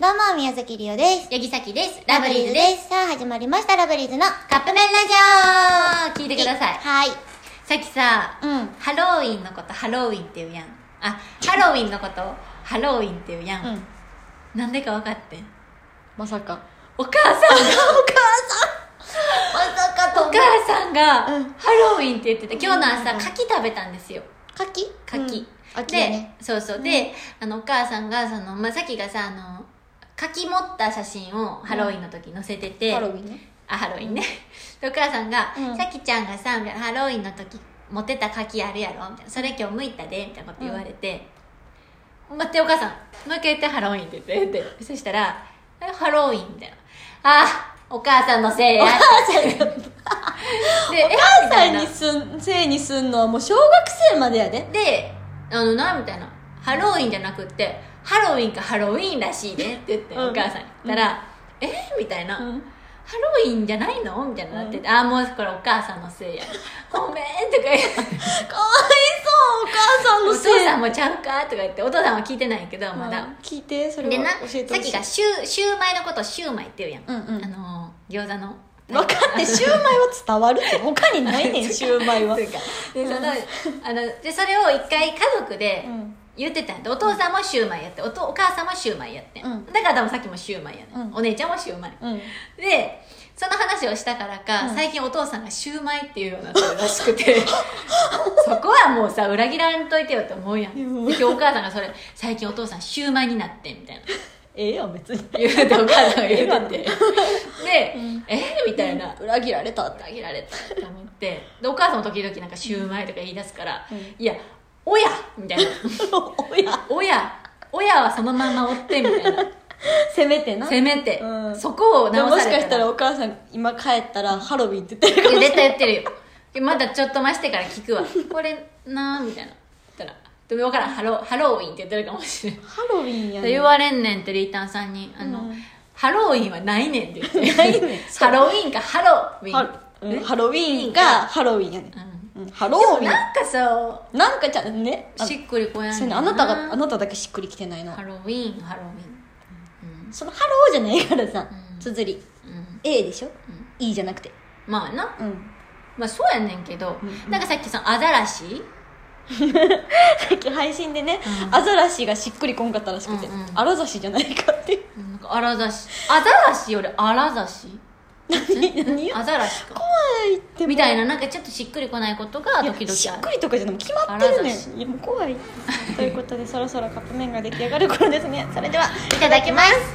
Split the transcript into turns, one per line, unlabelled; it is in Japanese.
どうも、宮崎りおです。
ヤギサキです。
ラ
ラ
ブ
ブ
リ
リ
ーズ
ーズ
で
です。
す。さあ、始まりました、ラブリーズの。
カップ麺ラジオ聞いてください。
はい。
さっきさ、
うん
ハロウィンのことハロウィンって言うやん。あ、ハロウィンのことハロウィンって言うやん。
うん。
なんでか分かってん。
まさか。
お母さん、
まさか
お母さんが
うん
ハロウィンって言ってた。今日の
うん
朝、牡蠣食べたんですよ。
かき
牡蠣。
あき
で、
ね。
そうそう。で、あの、お母さんが、その、まあ、さっきがさ、あの、牡蠣持った写真をハロウィンの時載せてて、
ハロウィンね。
あハロウィンね、でお母さんが「
うん
さきちゃんがさみたいなハロウィンの時持ってた柿あるやろ」みたいな「それ今日剥いたで」みたいなこと言われて「待ってお母さんもう一回言ってハロウィン」って言ってってそしたら「えハロウィン」みたいな「あお母さんのせいや」お母さんで「え
母
みたいな
すん、せいにすんのはもう小学生までやで。
で「あのな」みたいな「ハロウィンじゃなくってハロウィンかハロウィンらしいね」って言って、
うん
お母さんに言ったら「えみたいな。
うん。
ハロウィンじゃないのみたいになってて、ああ、もうこれお母さんのせいや。 ごめんとか言って、
かわいそう、お母さん
お
の
父
せい。
さんもちゃうかとか言って、お父さんは聞いてないけど、まだ
うん。聞いて、それ
で
を
な、
教
さ
え
って
ほしい。
きがシュー、シューマイのことシューマイって言うやん。
うんうん
あのー、餃子の。
分かって、シューマイは伝わるって。他にない ねん、シューマイは。
というかで、その、あの、で、それを一回家族で
うん
言ってたんやって、お父さんもシューマイやって、おとお母さんもシューマイやってん。
うん
だから多分さっきもシューマイやね、
うん
お姉ちゃんもシューマイ。
うん。
でその話をしたからか、
うん
最近お父さんがシューマイっていうようになってるらし くてそこはもうさ裏切らんといてよって思うやんで
うん
今日お母さんがそれ最近お父さんシューマイになってんみたいな
ええやん、別に。
言うてお母さんが言うててで、
うん
えーみたいな
裏切られ たって。
裏切られたと思ってでお母さんも時々なんかシューマイとか言い出すから、
うん
いやおやみたいな
おや。
おやおやはそのままおってみ たいな
せめてな。
せめて、
うん
そこを
でも
直
もし
され
か
た
した
ら
らお母さん今帰ったらハロウィンって言ってるか
い
もし
や絶対言ってるよいやまだちょっと待してから聞くわこれなーみたいな言ったら「でも分からんハロハロウィン」って言ってるかもしれん
ハロウィンや
で言われんねんってリータンさんに「あの、
うん
ハロウィンはないねん」って言って
ないねん
ハロウィンかハロウィン
ハロ,、
ね
ハロウィンがハロウィンやね
うん
ん、うん、ハロウィ
なんかさ
ンなんかじゃねあ
しっくりこやん
そう
ね
んね
な
あなたがあなただけしっくりきてないの
ハロウィンハロウィン
そのハローじゃないからさ
うん
綴り
うんうん、
A でしょ、
ん
E じゃなくて
まあな
うん
まあそうやねんけど、
うんうん
なんかさっきそのアザラシ
さっき配信でね、
うん
アザラシがしっくりこんかったらしくて、
うんうん
アラザシじゃないかって
なんかアラザシアザラシよりアラザシ
何何よ
アザラシか
怖いって
みたいななんかちょっとしっくりこないことが
いや
時
し
々
っ
あ
く
る
りとかじゃなくてもう決まってるね
あらざ
んいやもう怖いということでそろそろカップ麺が出来上がる頃ですねそれではい
ただきます